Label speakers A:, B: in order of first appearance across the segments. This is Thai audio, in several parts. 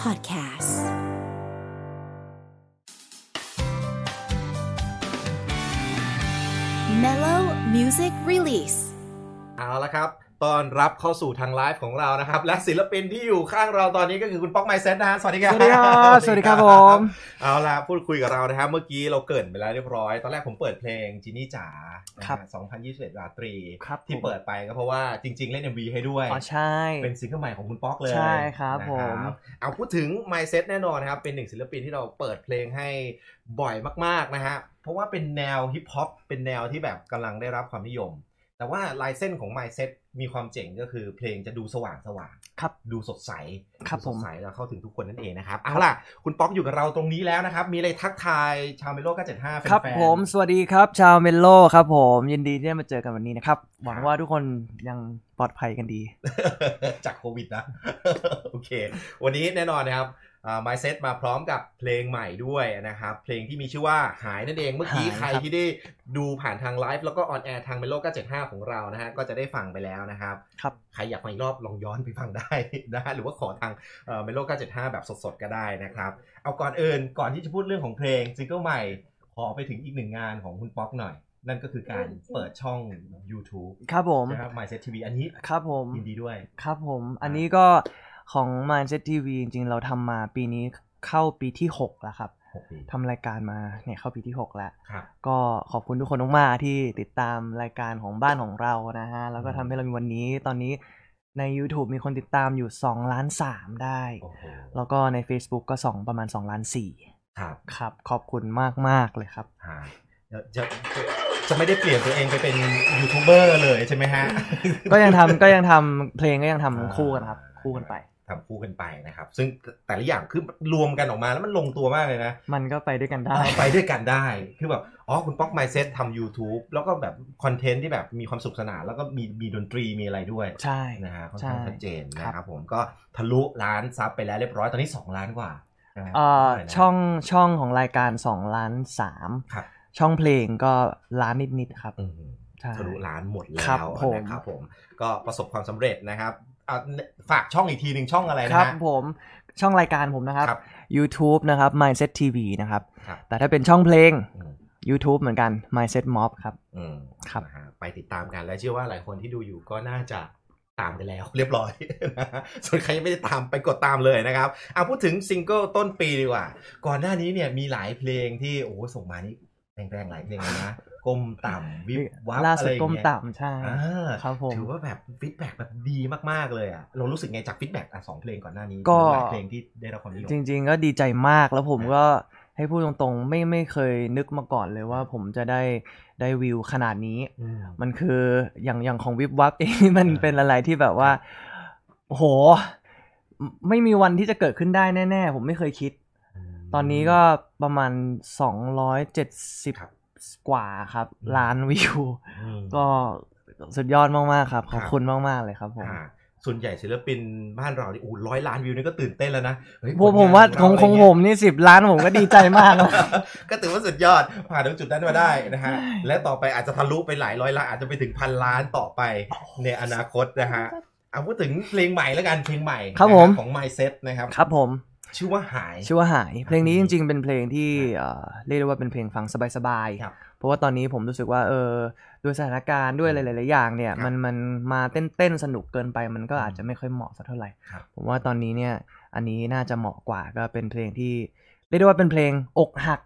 A: Podcast Mellow Music Release
B: เอาละครับตอนรับเข้าสู่ทางไลฟ์ของเรานะครับ และศิลปินที่อยู่ข้างเราตอนนี้ก็คือคุณป๊อกไมเซ็ตนะฮะสวัสดีครับ
C: สวัสดี ครับสวัสดีครับผม
B: เอาละพูดคุยกับเรานะครับ เมื่อกี้เราเกรินไปแล้วเรียบร้อย ตอนแรกผมเปิดเพลงจินี่จ๋า
C: ครับ
B: นะฮะ2021ราตรี
C: ครับ
B: ที่เปิดไปก็เพราะว่าจริง ๆ เล่น MV ให้ด้วย
C: อ๋อใช่
B: เป็นซิงเกิลใหม่ของคุณป๊อกเลย
C: ใช่ครับ
B: นะ
C: ผม
B: เอาพูดถึง My Set แน่นอนนะครับ เป็นหนึ่งศิลปินที่เราเปิดเพลงให้บ่อยมากๆนะฮะ เพราะว่าเป็นแนวฮิปฮอปเป็นแนวที่แบบกำลังได้รับความนิยม แต่ว่าลายเส้นของ My Set มีความเจ๋งก็คือเพลงจะดูสว่างสว่างๆ
C: ครับ
B: ดูสดใส
C: ครับ
B: ดูสด
C: ผม
B: ใสแล้วเข้าถึงทุกคนนั่นเองนะครับเอาล่ะคุณป๊อกอยู่กับเราตรงนี้แล้วนะครับ มีอะไรทักทายชาวเมโล975แฟนๆ
C: ครับผมสวัสดีครับ ชาวเมโลครับผมยินดีที่ได้มาเจอกันวันนี้นะครับ หวังว่าทุกคนยังปลอดภัยกันดี
B: จากโควิดนะ โอเค วันนี้แน่นอนนะครับอ่า mindset มาพร้อมกับเพลงใหม่ด้วยนะครับ เพลงที่มีชื่อว่าหายนั่นเองเมื่อกี้
C: หาย
B: ใค
C: ครั
B: ร
C: บ
B: ที่ได้ดูผ่านทางไลฟ์แล้วก็ออนแอร์ทางเมโล975 ของเรานะฮะก็จะได้ฟังไปแล้วนะครับ
C: ครับ
B: ใครอยากฟังอีกรอบลองย้อนไปฟังได้ นะฮะหรือว่าขอทางเมโล975 แบบสดๆ ก็ได้นะครับ เอาก่อนอื่นก่อนที่จะพูดเรื่องของเพลงซิงเกิลใหม่ ขอไปถึงอีกหนึ่งงานของคุณป๊อกหน่อย นั่นก็คือการเปิดช่อง YouTube
C: ครับผม
B: นะครับ mindset tv อันนี้
C: ครับผม
B: ยินดีด้วย
C: ครับผม อันนี้ก็ของ Mindset TV จริงๆ เราทำมาปีนี้เข้าปีที่6แล้วครับ
B: หกปี
C: ทำรายการมาเนี่ยเข้าปีที่หกแล้ว
B: ครับ
C: ก็ขอบคุณทุกคนมากๆที่ติดตามรายการของบ้านของเรานะฮะ แล้วก็ทำให้เรามีวันนี้ตอนนี้ใน YouTube มีคนติดตามอยู่2ล้าน3ได้
B: โอ้โห
C: แล้วก็ใน Facebook ก็ 2 ประมาณ2ล้าน4
B: ครับ
C: ครับ ขอบคุณมากมากๆเลยครับ
B: ฮะเดี๋ยวจะจะจะไม่ได้เปลี่ยนตัวเองไปเป็นยูทูบเบอร์เลยใช่ไหม ฮะ
C: ก็ยังทำก็ ยังทำเพลงก็ยังทำคู่กันครับ คู่กันไป
B: ทำคู่กันไปนะครับ ซึ่งแต่ละอย่างคือรวมกันออกมาแล้วมันลงตัวมากเลยนะ
C: มันก็ไปด้วยกันได้
B: ไปด้วยกันได้ คือแบบ อ๋อ คุณป๊อกไมเซ็ตทำ YouTube แล้วก็แบบคอนเทนต์ที่แบบมีความสุขสนาน แล้วก็มีมีดนตรีมีอะไรด้วย
C: ใช่
B: นะฮะค่อน
C: ใช่
B: ข้างชัดเจนนะค
C: ครั
B: รับบ ผมก็ทะลุล้านซับไปแล้วเรียบร้อย ตอนนี้ 2 ล้านกว่าใช่ไหม
C: เอ่อ
B: เท่าไหร่นะ
C: ช่องช่องของรายการ2ล้าน3
B: ครับ
C: ช่องเพลงก็ล้านนิดๆครับ
B: อืม
C: ใช่
B: ทะลุล้านหมดแล้
C: ครับ
B: ว
C: ผม
B: นะครับผมก็ประสบความสำเร็จนะครับอ่ะฝากช่องอีกทีหนึ่งช่องอะไร
C: ค
B: นะ
C: รับ
B: ฮะ
C: ผมช่องรายการผมนะครับ
B: ครับ
C: YouTube นะครับ Mindset TV นะครับ
B: ครับ
C: แต่ถ้าเป็นช่องเพลง
B: อืม
C: YouTube เหมือนกัน Mindset Mob ครับ
B: อืม
C: ครับ
B: นะฮะไปติดตามกันและเชื่อว่าหลายคนที่ดูอยู่ก็น่าจะตามกันแล้ว เรียบร้อยนะฮะส่วนใครยังไม่ได้ตามไปกดตามเลยนะครับเอาพูดถึงซิงเกิลต้นปีดีกว่า ก่อนหน้านี้เนี่ยมีหลายเพลงที่โอ้โหส่งมานี่แรงๆหลายเพลงเลยนะก้มต่ำวิบวับ
C: ล่า
B: อะ
C: สุ
B: ไร
C: ด
B: อย่ง
C: ก้ม
B: เงี้ย
C: ต่ำใช่
B: อ่า
C: ครับผม
B: ถือว่าแบบฟีดแบ็กแบบดีมาก ๆ เลยอ่ะ เรารู้สึกไงจากฟีดแบ็กอ่ะสองเพลงก่อนหน้านี้
C: ก็
B: หลายเพลงที่ได้รับความนิยม
C: จริง ๆ ก็ดีใจมากแล้วผมก็ให้พูดตรงๆ ไม่ไม่เคยนึกมาก่อนเลยว่าผมจะได้ได้วิวขนาดนี้
B: อืม
C: มันคืออย่างอย่างของวิบวับเอง มัน
B: อ่า
C: เป็นอะไรที่แบบว่าโอ้โห ไม่มีวันที่จะเกิดขึ้นได้แน่ ๆ ผมไม่เคยคิด ตอนนี้ก็ประมาณ
B: ครับ
C: 270 กว่าครับ ล้านวิ ว
B: อืม
C: ก็สุดยอดมาก ๆ ครับ ขอบ
B: ครับ
C: คุณมาก ๆ เลยครับผม
B: อ่าส่วนใหญ่ศิลปินบ้านเรานี่โอ้ร้อยล้านวิวนี่ก็ตื่นเต้นแล้วนะเฮ้ย
C: พวก
B: ผลน
C: ผมว่าของ
B: เร
C: ของผมนี่สิบล้านผมก็ดีใจมาก
B: อะไร
C: แล้ว
B: เงี้ย ก็ถือว่าสุดยอด ผ่านตรงจุดนั้นมาได้นะฮะ และต่อไปอาจจะทะลุไปหลายร้อยล้านอาจจะไปถึงพันล้านต่อไปในอนาคตนะฮะเอาพูดถึงเพลงใหม่แล้วกันเพลงใหม่
C: ครับผม
B: นะฮะของ mindset นะครับ
C: ครับผม
B: ชื่อว่าหาย
C: ชื่อว่าหาย เพลงนี้
B: ครั
C: จ
B: บ
C: ริง ๆ เป็นเพลงที่เอ่อเรียกได้ว่าเป็นเพลงฟังสบาย
B: ครับ
C: ๆ เพราะว่าตอนนี้ผมรู้สึกว่าเออด้วยสถานการณ์ด้วยหลายๆอย่างเนี่
B: ค
C: ย
B: รับ
C: มันมันมาเต้นเต้นๆสนุกเกินไปมันก็
B: อืม
C: อาจจะไม่ค่อยเหมาะสักเท่าไหร่
B: ครับ
C: ผมว่าตอนนี้เนี่ยอันนี้น่าจะเหมาะกว่าก็เป็นเพลงที่เรียกได้ว่าเป็นเพลงอกหัก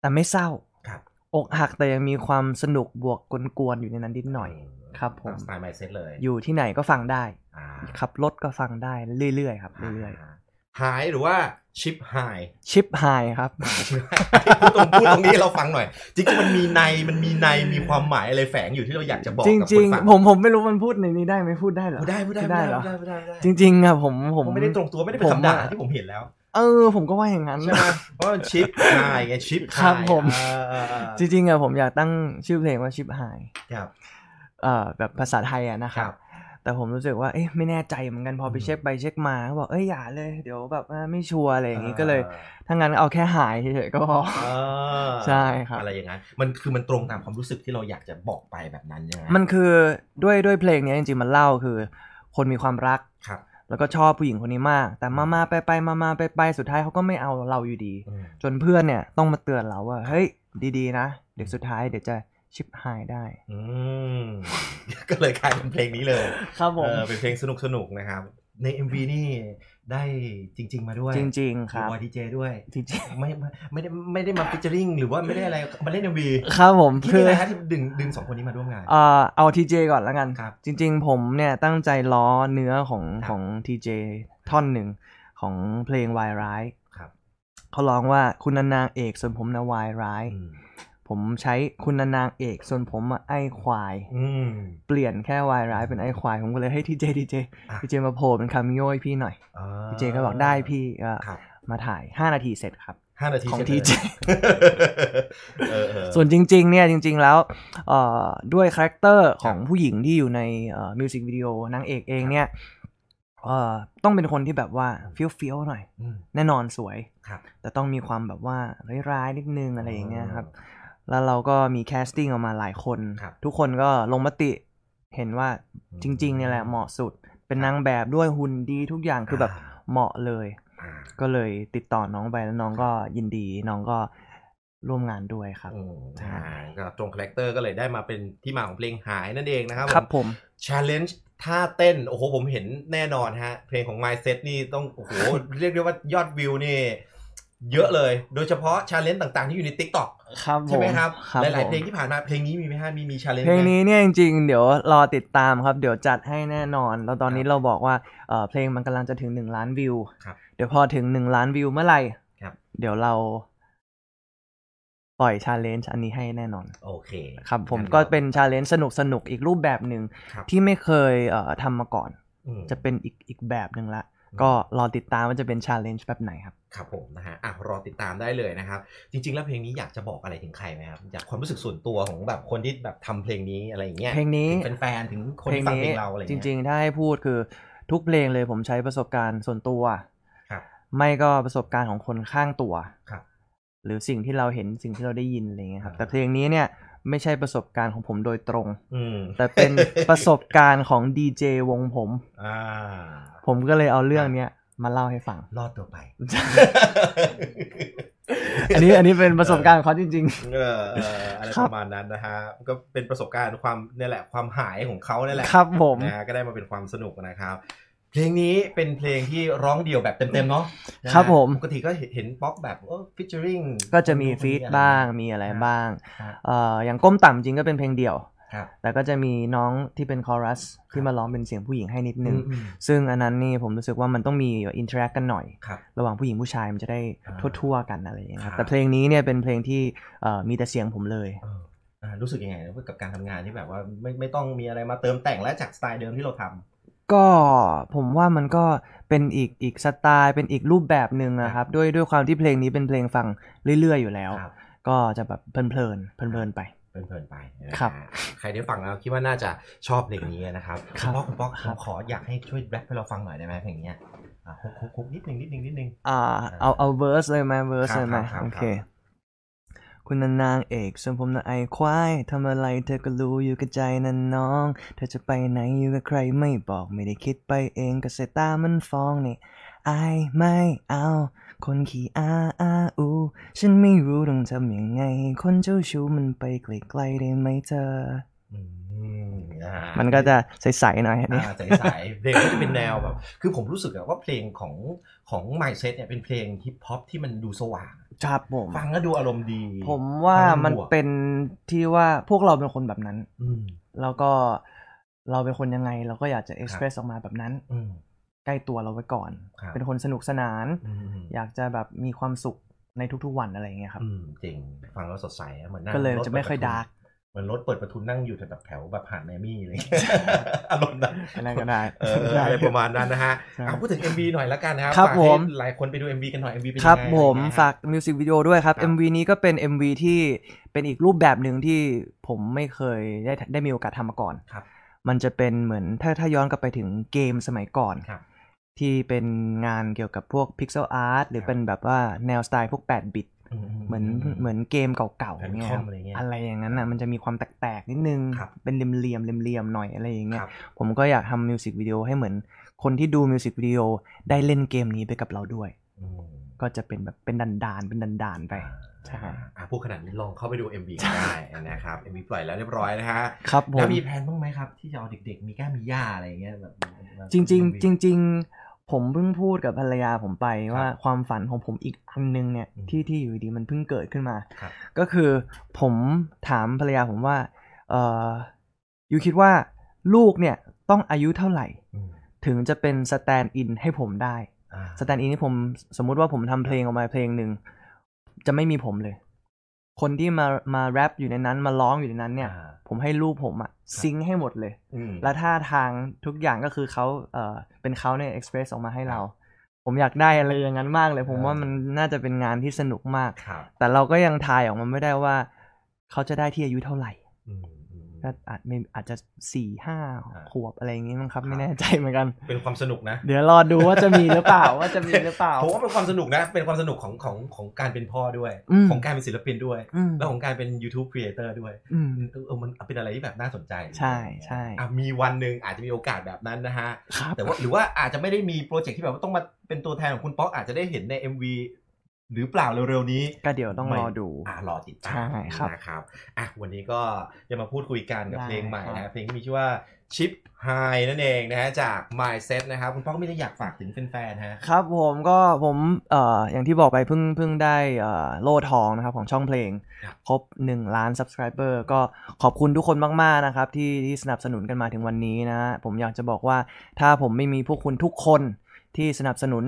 C: แต่ไม่เศร้า
B: ครับ
C: อกหักแต่ยังมีความสนุกบวกกวนๆอยู่ในนั้นนิดหน่อย ครับผม
B: ตาสไตล์ mindset เลย
C: อยู่ที่ไหนก็ฟังได้
B: อ่า
C: ขับรถก็ฟังได้เรื่อยๆครับเรื่อย
B: หายหรือว่าชิปหาย
C: ๆชิปไฮครับ
B: พูดตรงพูดตรงนี้ให้เราฟังหน่อย จริงๆมันมีในมันมีในมีความหมายอะไรแฝงอยู่ที่เราอยากจะบอกกับค
C: จริง
B: นฟัง
C: ๆ ผมผมไม่รู้มันพูดในนี้ได้ไหมพูดได้เหรอ
B: พูดได้พูดได้
C: พูดได้เหรอ
B: พูดได้พูดได้
C: จริงๆอะผม
B: ผ
C: ผม ม
B: ไม่ได้ตรงตัวไม่ได้เป็น
C: ผม
B: คำด่า
C: อะ
B: ที่ผมเห็นแล้ว
C: เออ ผมก็ว่าอย่างนั้น
B: ใช่ไหมเพราะมันชิปหายไงชิปหาย
C: ครับผม
B: อ่าอ่าอ่า
C: จริงๆอะผมอยากตั้งชื่อเพลงว่าชิปไฮ
B: ครับ
C: เอ่อแบบภาษาไทยอะนะครั
B: ครับ บ
C: แต่ผมรู้สึกว่าเอ๊ะไม่แน่ใจเหมือนกันพอไป
B: อืม
C: เช็คไปเช็คมาเขาบอกเอ้ยอย่าเลยเดี๋ยวแบบว่าไม่ชัวร์อะไรอย่างนี้
B: อ่า
C: ก็เลยถ้างั้นเอาแค่หายเฉยๆก็พอ
B: อ่า
C: ใช่ครับ
B: อะไรอย่างนั้นมันคือมันตรงตามความรู้สึกที่เราอยากจะบอกไปแบบนั้นใช่ไหม
C: มันคือด้วยด้วยเพลงเนี้ยจริงๆมันเล่าคือ คนมีความรัก
B: ครับ
C: แล้วก็ชอบผู้หญิงคนนี้มาก แต่มามาไปไปมามาไปไปสุดท้ายเขาก็ไม่เอาเราอยู่ดี
B: อืม
C: จนเพื่อนเนี่ยต้องมาเตือนเราว่าเฮ้ยดีๆนะ เดี๋ยวสุดท้ายเดี๋ยวจะชิบหายได้
B: อืม ก็เลยกลายเป็นเพลงนี้เลย
C: ครับผม
B: เออเป็นเพลงสนุกสนุกๆนะครับ ใน MV นี่ได้จริง ๆ มาด้วย
C: จริง ๆ ครับ
B: บอยดีเจด้วย
C: จริง
B: ไม่ไม่ไม่ได้ไม่ได้มาฟิชเจอริงหรือว่าไม่ได้อะไรมาเล่น MV
C: ๆครับผม
B: คิด
C: คื
B: ยัง
C: อ
B: ไงฮะที่ดึงดึงสองคนนี้มาร่วมงาน
C: เอ่อเอาทีเจก่อนแล้วกัน
B: ครับ
C: จริงๆ ผมเนี่ยตั้งใจล้อเนื้อของ
B: ครับ
C: ของทีเจท่อนหนึ่งของเพลงวายร้าย
B: ครับ
C: เขาร้องว่าคุณนานางเอกส่วนผมนะวายร้าย
B: อืม
C: ผมใช้คุณนานางเอกส่วนผมอะไอ้ควาย
B: อืม
C: เปลี่ยนแค่วายร้ายเป็นไอ้ควาย ผมก็เลยให้ทีเจทีเจ
B: อ่ะ
C: ทีเจมาโผล่เป็นคาเมิโอให้พี่หน่อย
B: อ่า
C: ทีเจก็บอกได้พี่ก็
B: ครับ
C: มาถ่าย 5 นาทีเสร็จครับ
B: ห้านาที
C: ของ
B: สร็จ
C: ที
B: เลย
C: เจ
B: เออเออ
C: ส่วนจริงๆ เนี่ยจริง ๆ แล้วเอ่อด้วยคาแรคเตอร์ของผู้หญิงที่อยู่ในมิวสิกวิดีโอนางเอกเองเนี่ยเอ่อต้องเป็นคนที่แบบว่าเฟี้ยวๆหน่อย
B: อืม
C: แน่นอนสวย
B: ครับ
C: แต่ต้องมีความแบบว่าร้ายๆนิดนึงอะไรอย่างเงี้ยครับ แล้วเราก็มีแคสติ้งออกมาหลายคน
B: ครับ
C: ทุกคนก็ลงมติเห็นว่าจริงๆเนี่ยแหละเหมาะสุด เป็นนางแบบด้วยหุ่นดีทุกอย่างคือแบบเหมาะเลย
B: อ่า
C: ก็เลยติดต่อน้องไปแล้วน้องก็ยินดีน้องก็ร่วมงานด้วยครับ
B: อืมใช่ก็ตรงคาแรคเตอร์ก็เลยได้มาเป็นที่มาของเพลงหายนั่นเองนะครับ
C: ครับ
B: ผม
C: ผม
B: challenge ท่าเต้น โอ้โห ผมเห็นแน่นอนฮะ เพลงของ mindset นี่ต้อง โอ้โห เรียกได้ว่ายอดวิวนี่ เยอะเลย โดยเฉพาะ challenge ต่างๆ ที่อยู่ใน TikTok
C: ครับผ
B: ใช่ไหมครับ หลายๆ
C: ผม
B: เพลงที่ผ่านมา เพลงนี้มีไหมฮะ มีมี challenge
C: เพลง
B: ไหม
C: นี้เนี่ยจริงๆ เดี๋ยวรอติดตามครับ เดี๋ยวจัดให้แน่นอน แล้วตอนนี้เราบอกว่าเอ่อเพลงมันกำลังจะถึง 1 ล้านวิว
B: ครับ
C: เดี๋ยวพอถึง 1 ล้านวิวเมื่อไหร่
B: ครับ
C: เดี๋ยวเราปล่อยชาเลนจ์อันนี้ให้แน่นอน
B: โอเค
C: ครับผม
B: งั้น
C: ก็เป็นชาเลนจ์สนุกสนุกๆอีกรูปแบบหนึ่ง
B: ครับ
C: ที่ไม่เคยเอ่อทำมาก่อน
B: อืม
C: จะเป็นอีกอีกแบบหนึ่งละ
B: อืม
C: ก็รอติดตามว่าจะเป็นชาเลนจ์แบบไหนครับ
B: ครับผมนะฮะอ่ะรอติดตามได้เลยนะครับ จริง ๆ แล้วเพลงนี้อยากจะบอกอะไรถึงใครไหมครับอยากความรู้สึกส่วนตัวของแบบคนที่แบบทำเพลงนี้อะไรอย่างเงี้ย
C: เพลงนี้
B: ถึงแฟนๆถึงคนที่ฟังเพลงเราอะไรอย่าง
C: จ
B: เงี้ย
C: ริงๆ ถ้าให้พูดคือทุกเพลงเลยผมใช้ประสบการณ์ส่วนตัว
B: ครับ
C: ไม่ก็ประสบการณ์ของคนข้างตัว
B: ครับ
C: หรือสิ่งที่เราเห็นสิ่งที่เราได้ยินอะไรเงี้ยครับ
B: อ่า
C: แต่เพลงนี้เนี่ยไม่ใช่ประสบการณ์ของผมโดยตรง
B: อืม
C: แต่เป็นประสบการณ์ของดีเจวงผม
B: อ่า
C: ผมก็เลยเอาเรื่องเนี้ยมาเล่าให้ฟัง
B: รอดตัวไป
C: อันนี้อันนี้เป็นประสบการณ์ของเขาจริง
B: เออเอออะไร
C: ค
B: ป
C: รับ
B: ระมาณนั้นนะฮะก็เป็นประสบการณ์ความนี่แหละความหายของเขานี่แหละ
C: ๆ ครับผม
B: นะฮะก็ได้มาเป็นความสนุกนะครับ เพลงนี้เป็นเพลงที่ร้องเดี่ยวแบบเต็มๆเนาะนะฮะ
C: ครับผม
B: ปกติก็เห็นป๊อปแบบเออฟิชเจอริง
C: ก็จะมีฟีดบ้างมีอะไรบ้าง
B: ครับ
C: เอ่ออย่างก้มต่ำจริงก็เป็นเพลงเดี่ยว
B: ครับ
C: แต่ก็จะมีน้องที่เป็นคอรัสที่มาร้องเป็นเสียงผู้หญิงให้นิดนึง
B: อืม
C: ซึ่งอันนั้นนี่ผมรู้สึกว่ามันต้องมีอินเทอร์แอคกันหน่อย
B: ครับ
C: ระหว่างผู้หญิงผู้ชายมันจะได้
B: อ่า
C: ทั่วๆกันอะไรอย่างเงี้ยครั
B: ครั
C: บ
B: บ
C: แต่เพลงนี้เนี่ยเป็นเพลงที่เอ่อมีแต่เสียงผมเลย
B: เอออ่ารู้สึกยังไงกับการทำงานที่แบบว่าไม่ไม่ต้องมีอะไรมาเติมแต่งและจากสไตล์เดิมที่เราทำ
C: ก็ผมว่ามันก็เป็นอีกอีกสไตล์เป็นอีกรูปแบบหนึ่งนะครับด้วยด้วยความที่เพลงนี้เป็นเพลงฟังเรื่อยๆอยู่แล้ว
B: ครับ
C: ก็จะแบบเพลินๆเพลินๆไป
B: เพลินๆไปนะฮะ
C: ครับ
B: ใครได้ฟังแล้วคิดว่าน่าจะชอบเพลงนี้นะครับ
C: ครับ
B: ณป๊อกคุณป๊อกผมขออยากให้ช่วยแบล็คให้เราฟังหน่อยได้ไหมเพลงเนี้ยอ่ะคุกคุกคุกนิดนึงนิดนึงนิดนึง
C: อ่าเอาเอาเวอร์สเลยไหมเวอร์ส
B: ครับ
C: เลยไหม
B: ครับครับ
C: โอเค คุณนานางเอกส่วนผมนะไอควายทำอะไรเธอก็รู้อยู่กับใจนั่นน้อง เธอจะไปไหนอยู่กับใครไม่บอกไม่ได้คิดไปเองก็สายตามันฟ้องนี่ไอายไม่เอา คนขี้อาอาอู ฉันไม่รู้ต้องทำยังไง คนเจ้าชู้มันไปไกลๆได้ไหมเธอ มันก็จะใสๆหน่อยอันนี้
B: ใสายๆเพลงก็จะเป็นแนวแบบ คือผมรู้สึกอะว่าเพลงของของ mindset เนี่ยเป็นเพลงฮิปฮอปที่มันดูสว่าง
C: ครับผม
B: ฟังก็ดูอารมณ์ดี
C: ผมว่ามัน
B: ฟังบก
C: เป็นที่ว่าพวกเราเป็นคนแบบนั้น
B: อืม
C: แล้วก็เราเป็นคนยังไงเราก็อยากจะเอ็กซ์เพรสออกมาแบบนั้น
B: อืม
C: ใกล้ตัวเราไว้ก่อน
B: ครับ
C: เป็นคนสนุกสนาน
B: อืม
C: อยากจะแบบมีความสุขในทุกๆวันอะไรอย่างเงี้ยครับ
B: อืมจริงฟังแล้วสดใสอะเหมือนนั่ง
C: ก็เลย
B: รถ
C: จะไม่ค่อย
B: ปิประ
C: ดา
B: ทุน
C: ร์ก
B: เหมือนรถเปิดประทุนนั่งอยู่แถวแถวแบบผ่านไมอามี่อะไรอย่างเลย อารมณ์นั้น
C: อะไรก็ได้
B: เออ
C: ได้
B: อะไรประมาณนั้นนะฮะ
C: ใช่
B: เอาพูดถึง MV หน่อยละกันนะครับ
C: ครับ
B: ฝาก
C: ผ
B: ให้
C: ม
B: หลายคนไปดู MV กันหน่อย MV เป็นยัง
C: ค
B: ไง
C: รับ
B: อะไร
C: ผ
B: อย่ง
C: ม
B: เงี้ย
C: ฝากมิวสิกวิดีโอด้วยครับ
B: ครับ
C: MV นี้ก็เป็น MV ที่เป็นอีกรูปแบบหนึ่งที่ผมไม่เคยได้ได้มีโอกาสทำมาก่อน
B: ครับ
C: มันจะเป็นเหมือนถ้าถ้าย้อนกลับไปถึงเกมสมัยก่อน
B: ครับ
C: ที่เป็นงานเกี่ยวกับพวก Pixel Art หรือเป็นแบบว่าแนวสไตล์พวก 8 บิต เหมือนเหมือนเกมเก่าๆ
B: แพลตฟอร์ม
C: เงี้ยครับ
B: อะไรเงี้ย
C: อะไรอย่างนั้นอ่ะมันจะมีความแตกๆนิดนึง
B: ครับ
C: เป็นเหลี่ยมๆเหลี่ยมๆหน่อยอะไรอย่างเงี้
B: ค
C: ย
B: รับ
C: ผมก็อยากทำมิวสิกวิดีโอให้เหมือน คนที่ดูมิวสิกวิดีโอได้เล่นเกมนี้ไปกับเราด้วย
B: อืม
C: ก็จะเป็นแบบเป็นดันๆเป็นดันๆไป ใช่
B: อ่ะพูดขนาดนี้ลองเข้าไปดู MV ก็ได้นะครับ MV ปล่อยแล้วเรียบร้อยนะฮะ
C: ครับผ
B: แล้ว
C: ม
B: มีแผนบ้างไหมครับ ที่จะเอาเด็กๆ มีก้ามีย่าอะไรอย่างเงี้ยแบบมา
C: จริงจริง
B: มา
C: ๆจริง ๆ ผมเพิ่งพูดกับภรรยาผมไป
B: ครับ
C: ว่าความฝันของผมอีกอันนึงเนี่ย
B: อืม
C: ที่ที่อยู่ดีมันเพิ่งเกิดขึ้นมา
B: ครับ
C: ก็คือผมถามภรรยาผมว่าเอออยู่คิดว่าลูกเนี่ยต้องอายุเท่าไหร่
B: อืม
C: ถึงจะเป็นสแตนด์อินให้ผมได้
B: อ่า
C: สแตนด์อินที่ผมสมมุติว่าผมทำเพลงออกมาเพลงหนึ่งจะไม่มีผมเลย คนที่มามาแรปอยู่ในนั้นมาร้องอยู่ในนั้นเนี่ย
B: อ่า
C: ผมให้ลูกผมอะซิงค์ให้หมดเลย
B: อืม
C: และท่าทางทุกอย่างก็คือเขาเอ่อเป็นเขาเนี่ยเอ็กซ์เพรสออกมาให้เรา ผมอยากได้อะไรอย่างนั้นมากเลย ผม
B: อ่า
C: ว่ามันน่าจะเป็นงานที่สนุกมาก
B: ครับ
C: แต่เราก็ยังทายออกมาไม่ได้ว่า เขาจะได้ที่อายุเท่าไหร่
B: อืมอืม
C: ก็อาจไม่อาจจะสี่ห้า
B: อ่า
C: ขวบอะไรอย่างงี้มั้งครับ
B: ครับ
C: ไม่แน่ใจเหมือนกัน
B: เป็นความสนุกนะ
C: เดี๋ยวรอดูว่าจะมีหรือเปล่า ว่าจะมีหรือเปล่า
B: ผมว่าเป็นความสนุกนะ เป็นความสนุกของของของการเป็นพ่อด้วย
C: อืม
B: ของการเป็นศิลปินด้วย
C: อืม
B: แล้วของการเป็น YouTube Creator ด้วย
C: อืม
B: เออเออมันเป็นอะไรที่แบบน่าสนใจ
C: ใช่ใช่
B: อ่ะมีวันหนึ่งอาจจะมีโอกาสแบบนั้นนะฮะ
C: ครับ
B: แต่ว่าหรือว่าอาจจะไม่ได้มีโปรเจกต์ที่แบบว่าต้องมาเป็นตัวแทนของคุณป๊อกอาจจะได้เห็นใน MV หรือเปล่าเร็วๆนี้
C: ก็เดี๋ยวต้องรอดู
B: อ่ะรอติดตาม
C: ใช่ครับ
B: นะครับอ่ะวันนี้ก็จะมาพูดคุยกันกับ
C: ได้
B: เพลงใหม่
C: ครั
B: นะ
C: บ
B: เพลงที่มีชื่อว่า Chip High นั่นเองนะฮะจาก Mindset นะครับ คุณป๊อกไม่ได้อยากฝากถึงแฟนๆฮะ
C: ครับผมก็ผมเอ่ออย่างที่บอกไปเพิ่งเพิ่งได้เอ่อโล่ทองนะครับของช่องเพลง
B: ครับ
C: ครบ 1 ล้าน subscriber ก็ขอบคุณทุกคนมาก ๆ นะครับ ที่ที่สนับสนุนกันมาถึงวันนี้นะฮะผมอยากจะบอกว่าถ้าผมไม่มีพวกคุณทุกคนที่สนับสนุน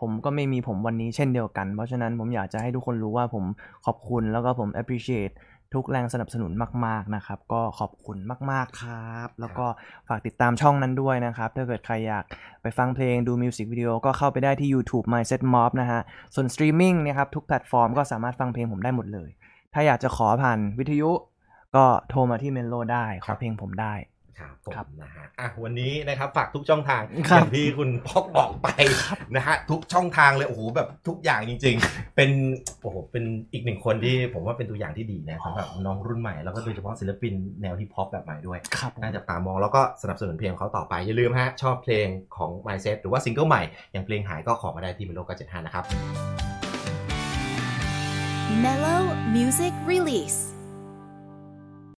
C: ผมก็ไม่มีผมวันนี้เช่นเดียวกัน เพราะฉะนั้นผมอยากจะให้ทุกคนรู้ว่าผมขอบคุณแล้วก็ผม appreciate ทุกแรงสนับสนุนมาก ๆ นะครับ ก็ขอบคุณมาก ๆ ครับ แล้วก็ฝากติดตามช่องนั้นด้วยนะครับ ถ้าเกิดใครอยาก ไปฟังเพลงดูมิวสิกวิดีโอก็เข้าไปได้ที่ YouTube Mindset Mob นะฮะ ส่วนสตรีมมิ่งนะครับ ทุกแพลตฟอร์มก็สามารถฟังเพลงผมได้หมดเลย ถ้าอยากจะขอผ่านวิทยุก็โทรมาที่เมนโลได้ ข
B: ครั
C: อบ เพลงผมได้
B: ครับผม
C: ครับ
B: นะฮะอ่ะวันนี้นะครับฝากทุกช่องทางอ
C: ครับ
B: ย่างที่คุณพอกบอกไปนะฮะทุกช่องทางเลยโอ้โหแบบทุกอย่างจริง ๆ เป็นโอ้โหเป็นอีกหนึ่งคนที่ผมว่าเป็นตัวอย่างที่ดีนะสำหรับน้องรุ่นใหม่แล้วก็โดยเฉพาะศิลปินแนวฮิปฮอปแบบใหม่ด้วย
C: ครับผม
B: น่าจับตามองแล้วก็สนับสนุนเพลงของเขาต่อไป อย่าลืมฮะ ชอบเพลงของ Mindset หรือว่าซิงเกิลใหม่ อย่างเพลงหายก็ขอมาได้ที่เมโล975นะครับ
A: Mellow Music Release.